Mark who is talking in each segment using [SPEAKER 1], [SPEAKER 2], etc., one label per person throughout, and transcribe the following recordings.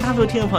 [SPEAKER 1] 大陆听众朋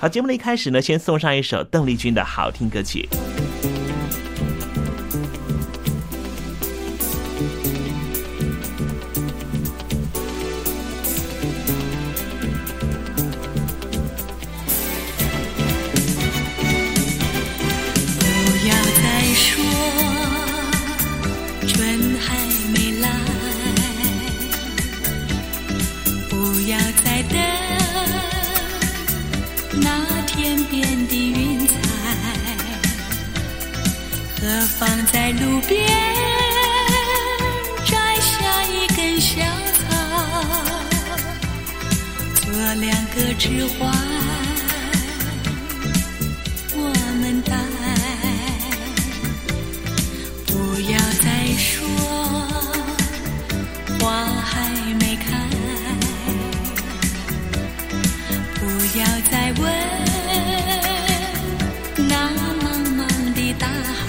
[SPEAKER 1] 好，节目的一开始呢，先送上一首邓丽君的好听歌曲。
[SPEAKER 2] 不要再说春还没来，不要再等那天边的云彩，何妨在路边摘下一根小草，做两个指环。要再问那茫茫的大海。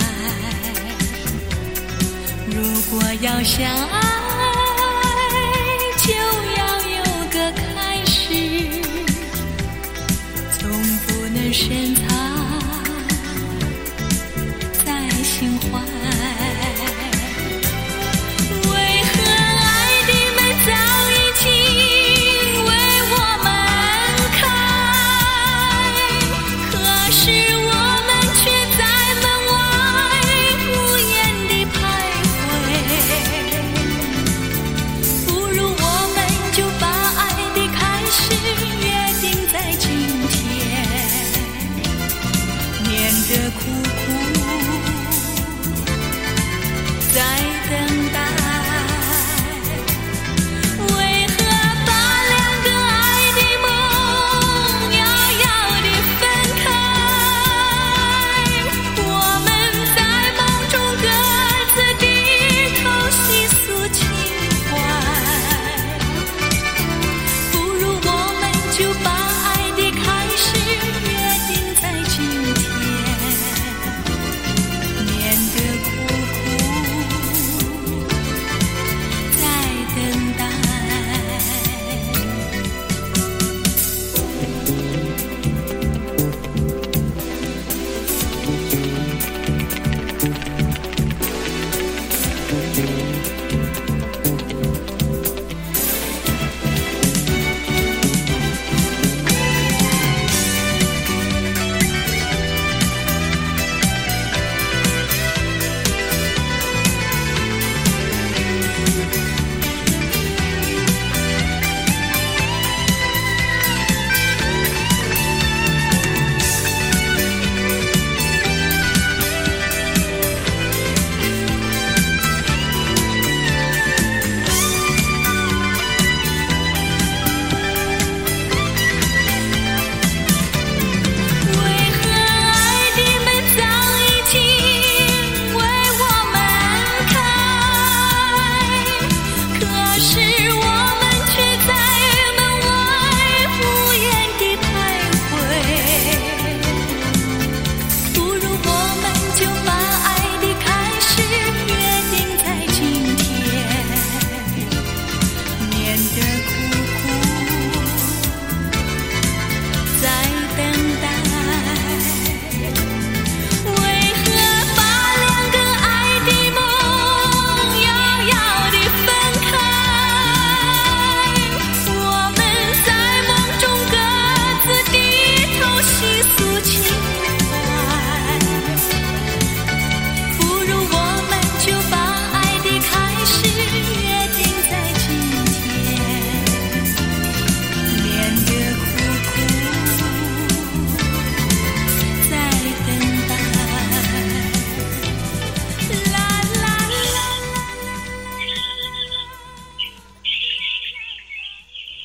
[SPEAKER 2] 如果要相爱，就要有个开始，总不能深藏在心怀。为何爱的门早已经为我们开，可是我们却在门外无言地徘徊？不如我们就把爱的开始约定在今天，免得苦苦在等待。为何把两个爱的梦遥遥地分开？我们在梦中各自低头细诉情怀，不如我们就把爱的开始约定在今天，免得苦苦在等待。为何爱的门早已经为我们开？可是我们却在门外无言地徘徊。不如我们就把爱的开始约定在今天，免得苦苦。在等待，为何把两个爱的梦遥遥地分开？我们在梦中各自低头细诉情怀，不如我们就把爱的开始约定在今天。免得苦苦在等待。啦啦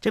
[SPEAKER 1] 这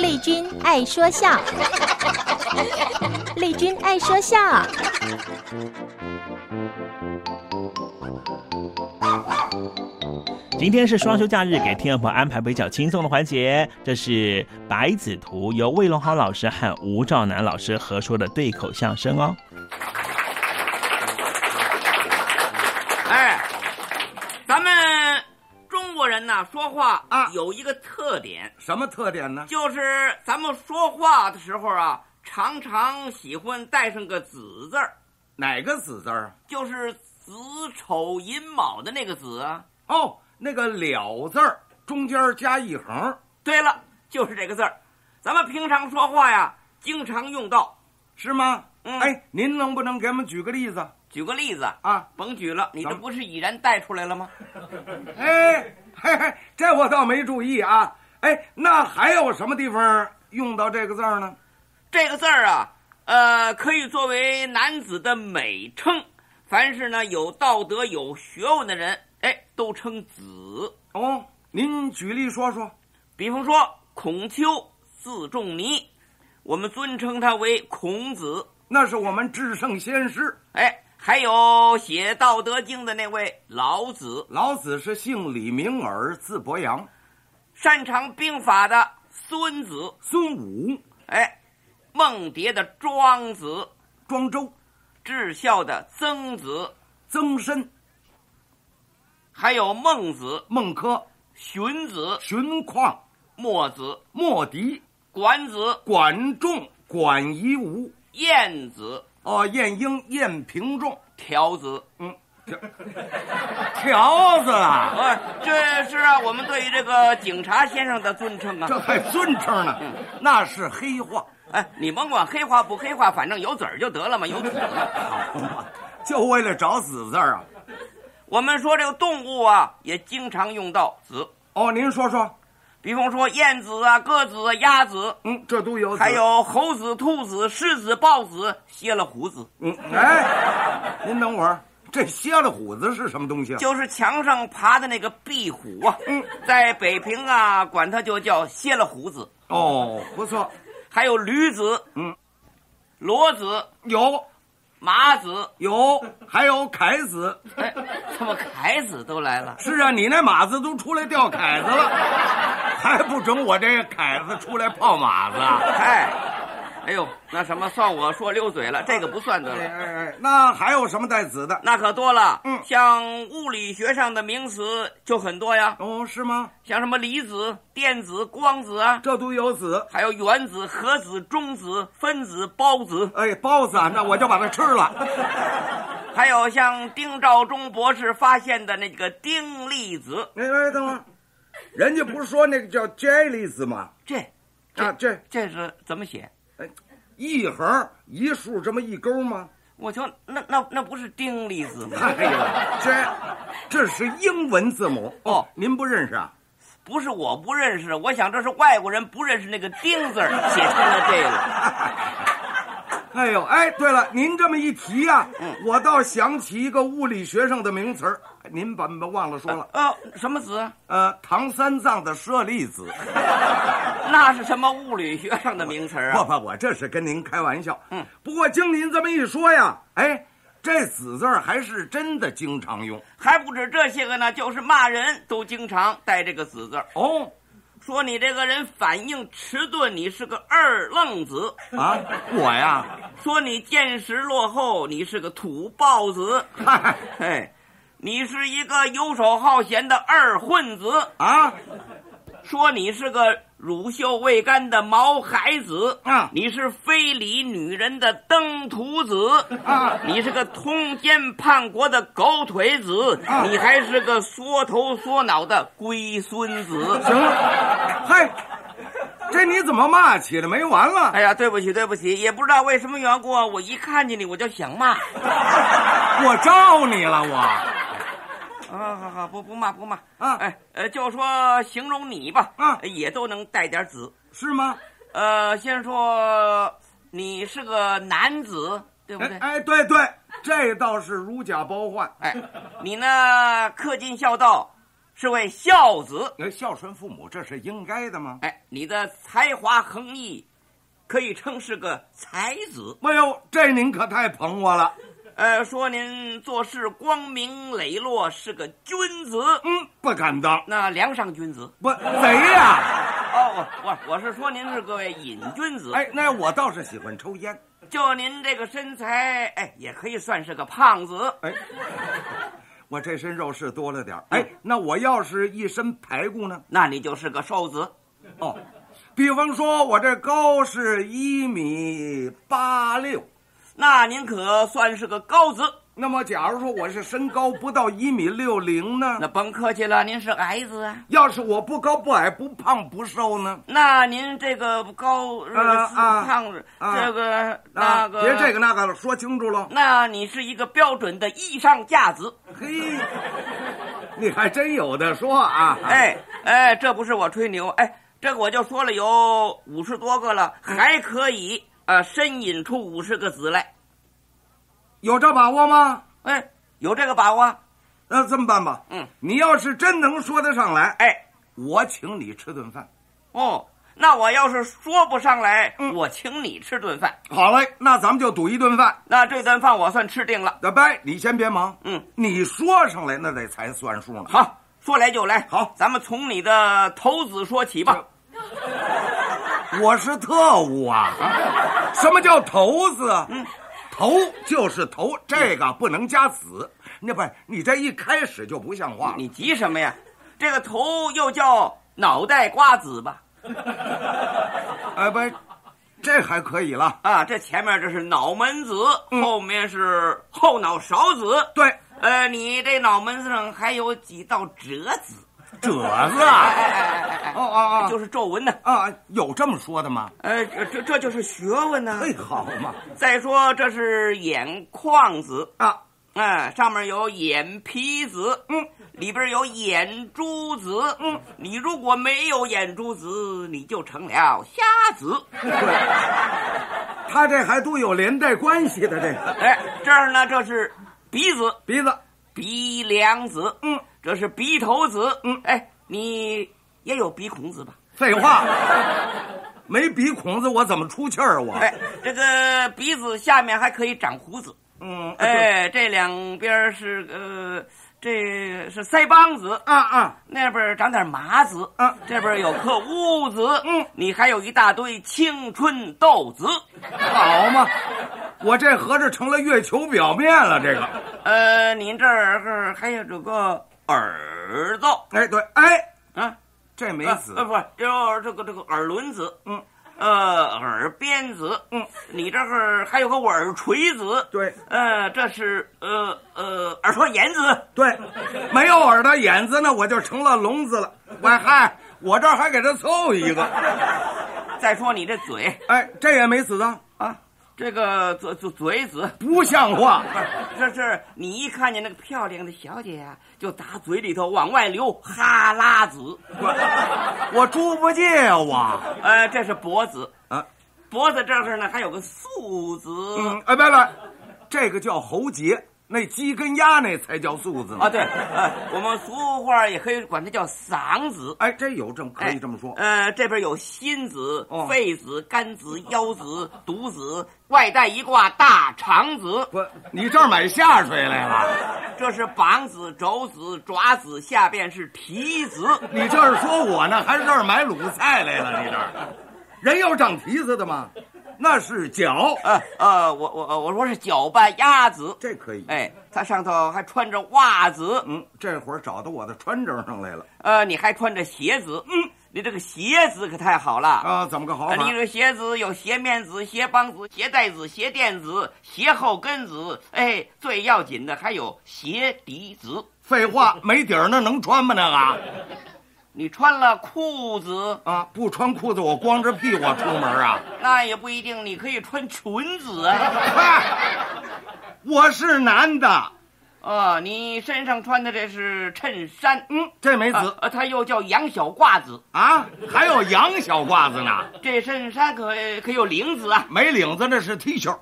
[SPEAKER 3] 丽君爱说笑，君爱说笑。
[SPEAKER 1] 今天是双休假日，给听众朋友安排比较轻松的环节。这是《白子图》，由魏龙豪老师和吴兆南老师合说的对口相声哦。
[SPEAKER 4] 哎，咱们中国人呐，说话啊有一个特点，
[SPEAKER 5] 什么特点呢？
[SPEAKER 4] 就是咱们说话的时候啊，常常喜欢带上个“子”字儿，
[SPEAKER 5] 哪个子字儿？啊
[SPEAKER 4] 就是子丑寅卯的那个“子”啊。
[SPEAKER 5] 哦，那个了字儿中间加一横。
[SPEAKER 4] 对了，就是这个字儿。咱们平常说话呀，经常用到，
[SPEAKER 5] 是吗？
[SPEAKER 4] 嗯。
[SPEAKER 5] 哎，您能不能给我们举个例子？
[SPEAKER 4] 举个例子
[SPEAKER 5] 啊，
[SPEAKER 4] 甭举了，你这不是已然带出来了吗？
[SPEAKER 5] 哎，嘿嘿，这我倒没注意啊。哎，那还有什么地方用到这个字儿呢？
[SPEAKER 4] 这个字儿啊，呃，可以作为男子的美称。凡是呢有道德、有学问的人，哎，都称子。
[SPEAKER 5] 哦，您举例说说。
[SPEAKER 4] 比方说，孔丘，字仲尼，我们尊称他为孔子，
[SPEAKER 5] 那是我们至圣先师。
[SPEAKER 4] 哎，还有写《道德经》的那位老子，
[SPEAKER 5] 老子是姓李，名耳，字伯阳；
[SPEAKER 4] 擅长兵法的孙子，
[SPEAKER 5] 孙武。
[SPEAKER 4] 哎，梦蝶的庄子，
[SPEAKER 5] 庄周；
[SPEAKER 4] 智孝的曾子，
[SPEAKER 5] 曾参；
[SPEAKER 4] 还有孟子、
[SPEAKER 5] 孟轲、
[SPEAKER 4] 荀子、
[SPEAKER 5] 荀况、
[SPEAKER 4] 墨子、
[SPEAKER 5] 莫迪、
[SPEAKER 4] 管子、
[SPEAKER 5] 管仲、管夷吾、
[SPEAKER 4] 晏子、
[SPEAKER 5] 哦，晏婴、晏平仲、
[SPEAKER 4] 条子。
[SPEAKER 5] 嗯，条条子啊。
[SPEAKER 4] 啊，这是啊，我们对于这个警察先生的尊称啊。嗯
[SPEAKER 5] 这还尊称呢，那是黑话。
[SPEAKER 4] 哎，你甭管黑话不黑话，反正有籽儿就得了嘛，有籽儿。
[SPEAKER 5] 就为了找子字儿啊！
[SPEAKER 4] 我们说这个动物啊，也经常用到子，
[SPEAKER 5] 哦，您说说，
[SPEAKER 4] 比方说燕子啊、鸽子啊、鸭子，
[SPEAKER 5] 嗯，这都有子，
[SPEAKER 4] 还有猴子、兔子、狮子、豹子、蝎了胡子，
[SPEAKER 5] 嗯，哎，您等会儿，这蝎了虎子是什么东西啊？
[SPEAKER 4] 就是墙上爬的那个壁虎啊。嗯，在北平啊，管它就叫蝎了胡子，
[SPEAKER 5] 哦，不错，
[SPEAKER 4] 还有驴子、
[SPEAKER 5] 嗯，
[SPEAKER 4] 骡子、
[SPEAKER 5] 有
[SPEAKER 4] 马子，
[SPEAKER 5] 有，还有凯子，
[SPEAKER 4] 哎，怎么凯子都来了？
[SPEAKER 5] 是啊，你那马子都出来吊凯子了，还不准我这凯子出来泡马子啊？
[SPEAKER 4] 哎，哎呦，那什么，算我说溜嘴了，这个不算得
[SPEAKER 5] 哎
[SPEAKER 4] 了。
[SPEAKER 5] 哎哎，那还有什么带子的？
[SPEAKER 4] 那可多了，
[SPEAKER 5] 嗯
[SPEAKER 4] 像物理学上的名词就很多呀，
[SPEAKER 5] 哦，是吗？
[SPEAKER 4] 像什么离子、电子、光子啊，
[SPEAKER 5] 这都有子。
[SPEAKER 4] 还有原子、核子、中子、分子、孢子，
[SPEAKER 5] 哎，包子啊，那我就把它吃了。
[SPEAKER 4] 还有像丁肇中博士发现的那个丁粒子，
[SPEAKER 5] 哎哎，等会儿，人家不是说那个叫 jelly 子吗？
[SPEAKER 4] 这
[SPEAKER 5] 啊，这
[SPEAKER 4] 这是怎么写？
[SPEAKER 5] 哎，一横一竖这么一勾吗？
[SPEAKER 4] 我瞧，那那那不是丁粒子吗？
[SPEAKER 5] 哎呦，这这是英文字母
[SPEAKER 4] 哦
[SPEAKER 5] 您不认识啊？
[SPEAKER 4] 不是我不认识，我想这是外国人不认识那个 丁字儿，写成了这个。
[SPEAKER 5] 哎呦，哎，对了，您这么一提呀、
[SPEAKER 4] 嗯
[SPEAKER 5] 我倒想起一个物理学上的名词儿，哎您把忘了说了，
[SPEAKER 4] 呃，什么子？
[SPEAKER 5] 呃，唐三藏的舍利子。
[SPEAKER 4] 哎那是什么物理学上的名词儿
[SPEAKER 5] 不
[SPEAKER 4] 啊？
[SPEAKER 5] 不，我这是跟您开玩笑。
[SPEAKER 4] 嗯，
[SPEAKER 5] 不过经您这么一说呀，哎，这“子”字儿啊还是真的经常用
[SPEAKER 4] 还不止这些个呢，就是骂人都经常带这个“子”字儿，
[SPEAKER 5] 哦。
[SPEAKER 4] 说你这个人反应迟钝，你是个二愣子；
[SPEAKER 5] 啊，我呀，
[SPEAKER 4] 说你见识落后，你是个土豹 子；
[SPEAKER 5] 嗨
[SPEAKER 4] 哎，你是一个游手好闲的二混子；
[SPEAKER 5] 啊，
[SPEAKER 4] 说你是个乳臭未干的毛孩子，
[SPEAKER 5] 啊
[SPEAKER 4] 你是非礼女人的登徒子，
[SPEAKER 5] 啊
[SPEAKER 4] 你是个通奸叛国的狗腿子，
[SPEAKER 5] 啊
[SPEAKER 4] 你还是个缩头缩脑的龟孙子。
[SPEAKER 5] 行了，嗨，这你怎么骂起来没完了？
[SPEAKER 4] 哎呀，对不起，对不起，也不知道为什么缘故啊，我一看见你我就想骂。
[SPEAKER 5] 我招你了，我
[SPEAKER 4] 啊，好好，不不骂不骂
[SPEAKER 5] 啊
[SPEAKER 4] 哎呃，就说形容你吧，
[SPEAKER 5] 啊
[SPEAKER 4] 也都能带点子。
[SPEAKER 5] 是吗？
[SPEAKER 4] 呃，先说你是个男子，对不对？
[SPEAKER 5] 哎哎，对对，这倒是如假包换。
[SPEAKER 4] 哎，你呢恪尽孝道，是位孝子。
[SPEAKER 5] 哎那孝顺父母，这是应该的吗？
[SPEAKER 4] 哎，你的才华横溢，可以称是个才子。
[SPEAKER 5] 哎呦，这您可太捧我了。
[SPEAKER 4] 呃，说您做事光明磊落，是个君子。
[SPEAKER 5] 嗯，不敢当。
[SPEAKER 4] 那梁上君子
[SPEAKER 5] 不谁呀、
[SPEAKER 4] 哦，我我我是说您是各位瘾君子。
[SPEAKER 5] 哎，那我倒是喜欢抽烟。
[SPEAKER 4] 就您这个身材，哎，也可以算是个胖子。
[SPEAKER 5] 哎，我这身肉是多了点儿。哎，
[SPEAKER 4] 嗯
[SPEAKER 5] 那我要是一身排骨呢？
[SPEAKER 4] 那你就是个瘦子。
[SPEAKER 5] 哦，比方说我这高是一米八六，
[SPEAKER 4] 那您可算是个高子。
[SPEAKER 5] 那么假如说我是身高不到一米六零呢？
[SPEAKER 4] 那甭客气了，您是矮子啊。
[SPEAKER 5] 要是我不高不矮不胖不瘦呢？
[SPEAKER 4] 那您这个高呃
[SPEAKER 5] 啊啊
[SPEAKER 4] 胖子，
[SPEAKER 5] 啊
[SPEAKER 4] 这个
[SPEAKER 5] 啊，
[SPEAKER 4] 那个，
[SPEAKER 5] 别这个那个了，说清楚喽。
[SPEAKER 4] 那你是一个标准的衣裳架子。
[SPEAKER 5] 嘿，你还真有的说啊！
[SPEAKER 4] 哎哎，这不是我吹牛，哎，这个我就说了有五十多个了，
[SPEAKER 5] 嗯
[SPEAKER 4] 还可以啊，深引出五十个子来。
[SPEAKER 5] 有这把握吗？
[SPEAKER 4] 哎，有这个把握？
[SPEAKER 5] 那这么办吧，
[SPEAKER 4] 嗯，
[SPEAKER 5] 你要是真能说得上来，
[SPEAKER 4] 哎，
[SPEAKER 5] 我请你吃顿饭。
[SPEAKER 4] 哦，那我要是说不上来，
[SPEAKER 5] 嗯
[SPEAKER 4] 我请你吃顿饭。
[SPEAKER 5] 好嘞，那咱们就赌一顿饭。
[SPEAKER 4] 那这顿饭我算吃定了。
[SPEAKER 5] 大伯，你先别忙，
[SPEAKER 4] 嗯，
[SPEAKER 5] 你说上来那得才算数呢。
[SPEAKER 4] 好，说来就来。
[SPEAKER 5] 好
[SPEAKER 4] 咱们从你的头子说起吧。
[SPEAKER 5] 我是特务啊！什么叫头子？嗯，头就是头，这个不能加子。那不是，你这一开始就不像话了。
[SPEAKER 4] 你急什么呀？这个头又叫脑袋瓜子吧？
[SPEAKER 5] 哎，不，这还可以了。
[SPEAKER 4] 啊，这前面这是脑门子，
[SPEAKER 5] 嗯
[SPEAKER 4] 后面是后脑勺子。
[SPEAKER 5] 对，
[SPEAKER 4] 呃，你这脑门子上还有几道褶子，
[SPEAKER 5] 褶子
[SPEAKER 4] 哎
[SPEAKER 5] 啊！哦哦哦，
[SPEAKER 4] 就是皱纹呢。
[SPEAKER 5] 啊，有这么说的吗？
[SPEAKER 4] 呃，这这这就是学问呢、
[SPEAKER 5] 嘿，好嘛
[SPEAKER 4] 再说这是眼眶子，
[SPEAKER 5] 啊！
[SPEAKER 4] 嗯，上面有眼皮子，
[SPEAKER 5] 嗯，
[SPEAKER 4] 里边有眼珠子，嗯，你如果没有眼珠子，你就成了瞎 子。
[SPEAKER 5] 他这还都有连带关系的，这个
[SPEAKER 4] 哎，这儿呢，这是鼻子，
[SPEAKER 5] 鼻子
[SPEAKER 4] 鼻梁子，
[SPEAKER 5] 嗯，
[SPEAKER 4] 这是鼻头子，嗯，哎，你也有鼻孔子吧？
[SPEAKER 5] 废话，没鼻孔子我怎么出气儿？啊我
[SPEAKER 4] 哎，这个鼻子下面还可以长胡子，
[SPEAKER 5] 嗯，
[SPEAKER 4] 哎，这两边儿是呃，这是腮帮子，
[SPEAKER 5] 啊啊，
[SPEAKER 4] 那边儿长点麻子，
[SPEAKER 5] 啊
[SPEAKER 4] 这边儿有颗乌子，
[SPEAKER 5] 嗯，
[SPEAKER 4] 你还有一大堆青春痘子，
[SPEAKER 5] 好嘛，我这合着成了月球表面了，这个。
[SPEAKER 4] 呃，您这儿还有这个耳朵
[SPEAKER 5] 哎，对，哎，
[SPEAKER 4] 啊，
[SPEAKER 5] 这没子
[SPEAKER 4] 呃，呃不是，就是这个这个耳轮子，
[SPEAKER 5] 嗯，
[SPEAKER 4] 呃，耳边子，
[SPEAKER 5] 嗯，
[SPEAKER 4] 你这儿还有个耳垂子，
[SPEAKER 5] 对
[SPEAKER 4] 呃，这是呃呃耳朵眼子，
[SPEAKER 5] 对，没有耳朵眼子呢，我就成了聋子了。喂嗨，我这儿还给他凑一个，
[SPEAKER 4] 再说你这嘴
[SPEAKER 5] 哎，这也没子啊，
[SPEAKER 4] 啊，这个嘴嘴嘴子，啊
[SPEAKER 5] 不像话。
[SPEAKER 4] 这是你一看见那个漂亮的小姐啊，就打嘴里头往外流哈喇子，
[SPEAKER 5] 我我猪八戒啊，我
[SPEAKER 4] 呃，这是脖子，
[SPEAKER 5] 啊，
[SPEAKER 4] 脖子这儿呢还有个素子，
[SPEAKER 5] 嗯，哎，别了，这个叫喉结，那鸡跟鸭那才叫素子呢。
[SPEAKER 4] 啊，对，呃，我们俗话也可以管它叫嗓子。
[SPEAKER 5] 哎，这有证可以这么说。
[SPEAKER 4] 哎呃，这边有心子
[SPEAKER 5] 哦、
[SPEAKER 4] 肺子、肝子、腰子、肚子，外带一挂大肠子，
[SPEAKER 5] 不，你这儿买下水来了？
[SPEAKER 4] 这是膀子、肘子、爪子，下边是蹄子。
[SPEAKER 5] 你这是说我呢，还是这儿买卤菜来了？你这儿，人有长蹄子的吗？那是脚，
[SPEAKER 4] 呃呃，我我呃我说是脚吧鸭子，
[SPEAKER 5] 这可以。
[SPEAKER 4] 哎，它上头还穿着袜子，
[SPEAKER 5] 嗯，这会儿找到我的穿着上来了
[SPEAKER 4] 呃，你还穿着鞋子，嗯，你这个鞋子可太好了。
[SPEAKER 5] 啊？怎么个好
[SPEAKER 4] 啊，
[SPEAKER 5] 法？
[SPEAKER 4] 你这鞋子有鞋面子、鞋帮子、鞋带子、鞋垫子、鞋后跟子，哎，最要紧的还有鞋底子。
[SPEAKER 5] 废话，没底儿那能穿吗？那个
[SPEAKER 4] 你穿了裤子，
[SPEAKER 5] 啊，不穿裤子我光着屁股出门啊？
[SPEAKER 4] 那也不一定，你可以穿裙子 啊。
[SPEAKER 5] 嗨，我是男的，
[SPEAKER 4] 啊，你身上穿的这是衬衫，
[SPEAKER 5] 嗯，这没
[SPEAKER 4] 啊
[SPEAKER 5] 子
[SPEAKER 4] 呃，它又叫羊小褂子。
[SPEAKER 5] 啊，还有羊小褂子呢，
[SPEAKER 4] 这衬衫可可有领子啊，
[SPEAKER 5] 没领子那是 T 恤，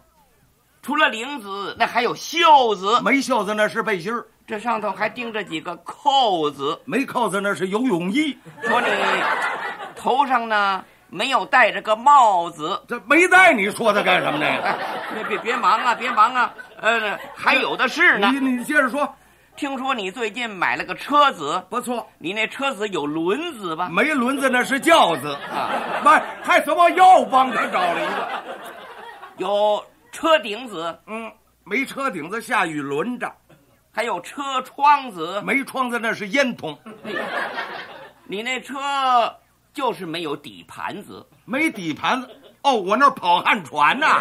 [SPEAKER 4] 除了领子，那还有袖子，
[SPEAKER 5] 没袖子那是背心儿，
[SPEAKER 4] 这上头还钉着几个扣子。
[SPEAKER 5] 没扣子那是游泳衣。
[SPEAKER 4] 说你头上呢没有戴着个帽子。
[SPEAKER 5] 这没戴，你说他干什么呢？
[SPEAKER 4] 哎别别忙啊，别忙啊，呃，还有的是呢。
[SPEAKER 5] 你你接着说，
[SPEAKER 4] 听说你最近买了个车子，
[SPEAKER 5] 不错。
[SPEAKER 4] 你那车子有轮子吧？
[SPEAKER 5] 没轮子那是轿子啊，不是，还什么又帮他找了一个？
[SPEAKER 4] 有车顶子，
[SPEAKER 5] 嗯，没车顶子下雨轮着，
[SPEAKER 4] 还有车窗子，
[SPEAKER 5] 没窗子那是烟筒，
[SPEAKER 4] 你那车就是没有底盘子。
[SPEAKER 5] 没底盘子。哦，我那儿跑旱船呐、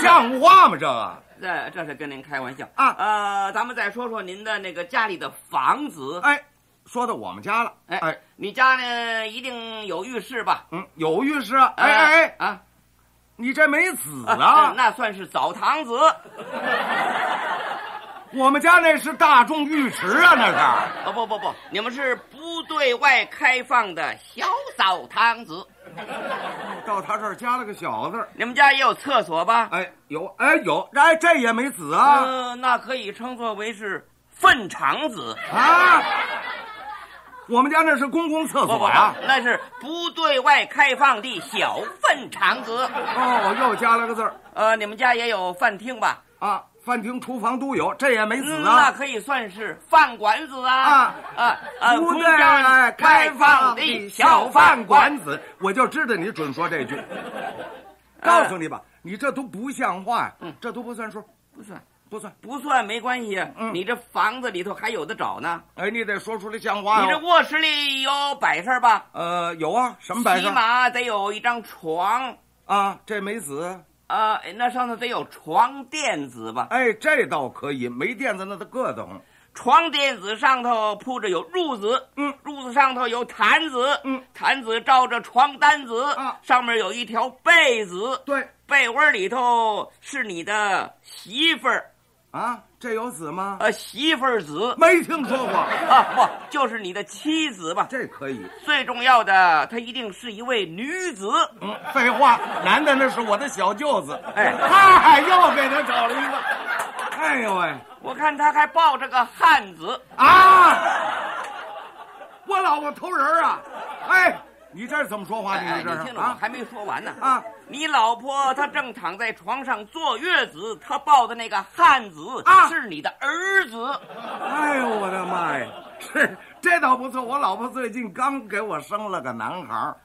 [SPEAKER 5] 像话吗？这个
[SPEAKER 4] 这这是跟您开玩笑
[SPEAKER 5] 啊
[SPEAKER 4] 呃，咱们再说说您的那个家里的房子。
[SPEAKER 5] 哎，说到我们家了，
[SPEAKER 4] 哎
[SPEAKER 5] 哎，
[SPEAKER 4] 你家呢一定有浴室吧？
[SPEAKER 5] 嗯，有浴室啊，哎哎哎，
[SPEAKER 4] 啊
[SPEAKER 5] 你这没死
[SPEAKER 4] 啊
[SPEAKER 5] 啊？
[SPEAKER 4] 那算是澡堂子。
[SPEAKER 5] 我们家那是大众浴池啊，那是。
[SPEAKER 4] 哦不不不，你们是不对外开放的小澡堂子。
[SPEAKER 5] 到他这儿加了个小字儿，
[SPEAKER 4] 你们家也有厕所吧？
[SPEAKER 5] 哎，有，哎有，哎这也没死啊、
[SPEAKER 4] 呃，那可以称作为是粪场子。
[SPEAKER 5] 啊！我们家那是公共厕
[SPEAKER 4] 不不
[SPEAKER 5] 所
[SPEAKER 4] 不
[SPEAKER 5] 呀、，
[SPEAKER 4] 那是不对外开放的小粪场子。
[SPEAKER 5] 哦，又加了个字儿
[SPEAKER 4] 呃，你们家也有饭厅吧？
[SPEAKER 5] 啊，饭厅、厨房都有，这也没死
[SPEAKER 4] 嗯，那
[SPEAKER 5] 啊。
[SPEAKER 4] 可以算是饭馆子啊
[SPEAKER 5] 啊
[SPEAKER 4] 啊啊！
[SPEAKER 5] 不
[SPEAKER 4] 公
[SPEAKER 5] 对
[SPEAKER 4] 家
[SPEAKER 5] 外
[SPEAKER 4] 开
[SPEAKER 5] 开
[SPEAKER 4] 放
[SPEAKER 5] 放
[SPEAKER 4] 的
[SPEAKER 5] 的
[SPEAKER 4] 小
[SPEAKER 5] 小
[SPEAKER 4] 饭
[SPEAKER 5] 饭
[SPEAKER 4] 馆
[SPEAKER 5] 馆，子，我就知道你准说这句。 啊告诉你吧，你这都不像话呀、这都不算数，
[SPEAKER 4] 不算
[SPEAKER 5] 嗯不算。
[SPEAKER 4] 不算没关系。
[SPEAKER 5] 嗯
[SPEAKER 4] 你这房子里头还有的找呢。
[SPEAKER 5] 哎，你得说出来像话
[SPEAKER 4] 你这
[SPEAKER 5] 哟。
[SPEAKER 4] 卧室里有摆设吧？
[SPEAKER 5] 呃，有啊，什么摆
[SPEAKER 4] 起
[SPEAKER 5] 设
[SPEAKER 4] 码得有一张床，
[SPEAKER 5] 啊？这没死。
[SPEAKER 4] 呃，那上头得有床垫子吧？
[SPEAKER 5] 哎，这倒可以，没垫子那都硌得慌。
[SPEAKER 4] 床垫子上头铺着有褥子，
[SPEAKER 5] 嗯
[SPEAKER 4] 褥子上头有毯子，
[SPEAKER 5] 嗯，
[SPEAKER 4] 毯子罩着床单子，
[SPEAKER 5] 啊
[SPEAKER 4] 上面有一条被子，
[SPEAKER 5] 对
[SPEAKER 4] 被窝里头是你的媳妇儿，
[SPEAKER 5] 啊，这有子吗？
[SPEAKER 4] 呃，媳妇儿子
[SPEAKER 5] 没听说过，
[SPEAKER 4] 啊，不，就是你的妻子吧？
[SPEAKER 5] 这可以。
[SPEAKER 4] 最重要的，她一定是一位女子。
[SPEAKER 5] 嗯，废话，男的那是我的小舅子。
[SPEAKER 4] 哎
[SPEAKER 5] 嗨，又给他找了一个。哎呦喂，
[SPEAKER 4] 我看她还抱着个汉子，
[SPEAKER 5] 啊！我老婆偷人啊！哎，你这是怎么说话？
[SPEAKER 4] 哎，
[SPEAKER 5] 你
[SPEAKER 4] 你
[SPEAKER 5] 这是
[SPEAKER 4] 听着，我
[SPEAKER 5] 啊？
[SPEAKER 4] 还没说完呢
[SPEAKER 5] 啊！
[SPEAKER 4] 你老婆她正躺在床上坐月子，她抱的那个汉子
[SPEAKER 5] 啊
[SPEAKER 4] 是你的儿子。
[SPEAKER 5] 哎呦我的妈呀！是这倒不错，我老婆最近刚给我生了个男孩儿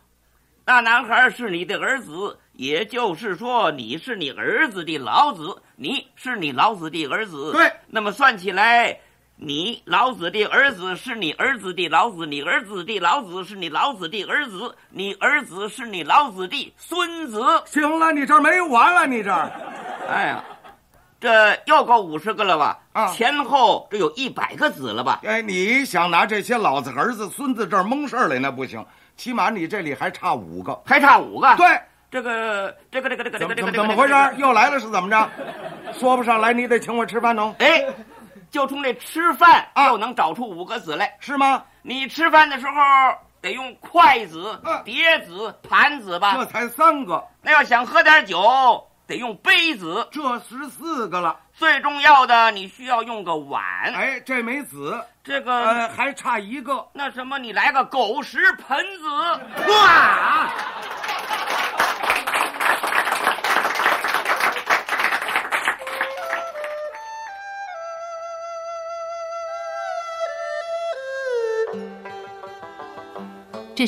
[SPEAKER 4] 那男孩是你的儿子，也就是说你是你儿子的老子，你是你老子的儿子。
[SPEAKER 5] 对
[SPEAKER 4] 那么算起来，你老子的儿子是你儿子的老子，你儿子的老子是你老子的儿子，你儿子是你老子的孙子。
[SPEAKER 5] 行了，你这儿没完了，你这儿
[SPEAKER 4] 哎呀，这又够五十个了吧？
[SPEAKER 5] 啊
[SPEAKER 4] 前后这有一百个子了吧？
[SPEAKER 5] 哎，你想拿这些老子、儿子、孙子这儿蒙事儿来，那不行。起码你这里还差五个。
[SPEAKER 4] 还差五个。，
[SPEAKER 5] 对，
[SPEAKER 4] 这个这个这个这
[SPEAKER 5] 怎
[SPEAKER 4] 个这个
[SPEAKER 5] 么怎
[SPEAKER 4] 这个
[SPEAKER 5] 么
[SPEAKER 4] 这个
[SPEAKER 5] 怎么回事儿？又来了是怎么着？说不上来，你得请我吃饭哦，
[SPEAKER 4] 哎，就冲这吃饭
[SPEAKER 5] 啊
[SPEAKER 4] 又能找出五个子来。
[SPEAKER 5] 是吗？
[SPEAKER 4] 你吃饭的时候得用筷子
[SPEAKER 5] 嗯、
[SPEAKER 4] 碟子、盘子
[SPEAKER 5] 这
[SPEAKER 4] 吧？
[SPEAKER 5] 才三个，
[SPEAKER 4] 那要想喝点酒，得用杯子。
[SPEAKER 5] 这十四个了。
[SPEAKER 4] 最重要的，你需要用个碗。
[SPEAKER 5] 哎，这没子，
[SPEAKER 4] 这
[SPEAKER 6] 嗯
[SPEAKER 5] 呃，
[SPEAKER 4] 个
[SPEAKER 5] 还差一个。
[SPEAKER 4] 那什么，你来个狗食盆子。
[SPEAKER 5] 哇！
[SPEAKER 3] 这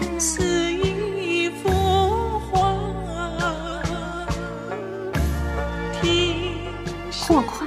[SPEAKER 2] 看似一幅画，听
[SPEAKER 3] 或快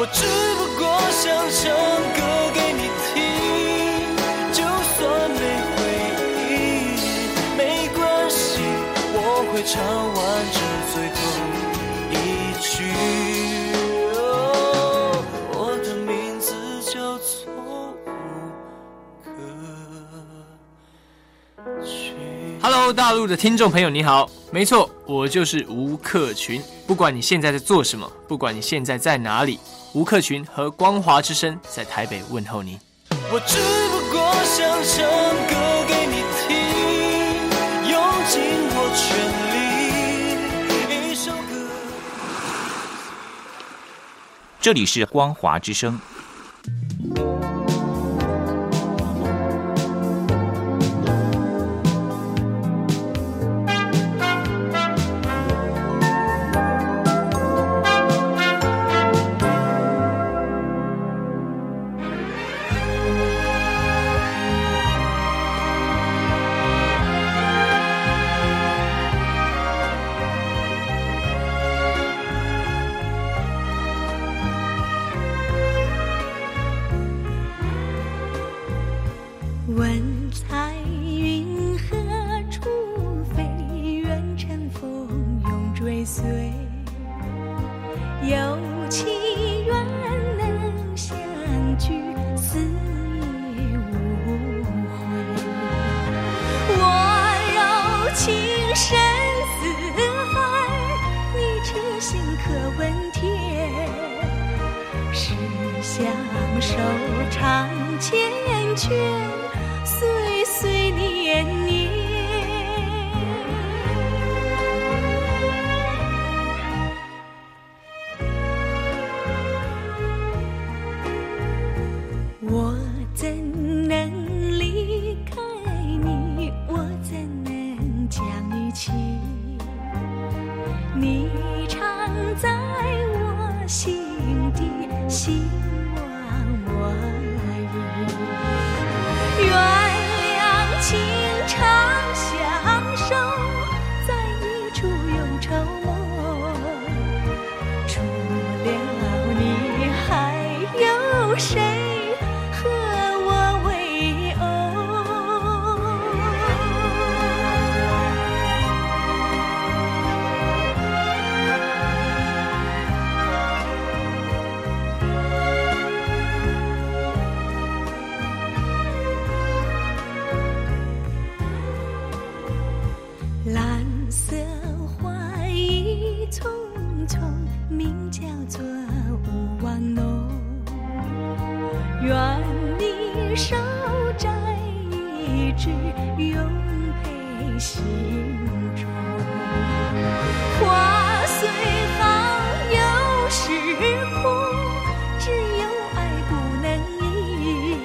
[SPEAKER 5] 我只不过想唱歌给你听，就算没回应，没关系，我会唱完这最后一句。哦我的名字叫做无可取。
[SPEAKER 6] Hello，大陆的听众朋友，你好，没错，我就是吴克群。不管你现在在做什么，不管你现在在哪里，吴克群和光华之声在台北问候你。
[SPEAKER 5] 我只不过想唱歌给你听，用尽我全力，一首歌。
[SPEAKER 7] 这里是光华之声。
[SPEAKER 2] 问彩云何处飞？愿乘风永追随。有情缘能相聚，死也无悔。我柔情深似海，你痴心可温甜。是相守长缱绻，岁岁年年。我怎能离开你？我怎能将你弃？你常在我心底，希望我已原谅情长相守，在一处又愁梦。除了你，还有谁和我为偶？蓝色花一丛丛，名叫做勿忘浓。愿你手摘一枝，永佩心中。花虽好，有时枯，只有爱不能移。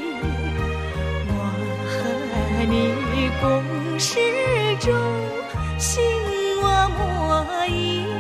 [SPEAKER 2] 和你共事中，心我莫疑。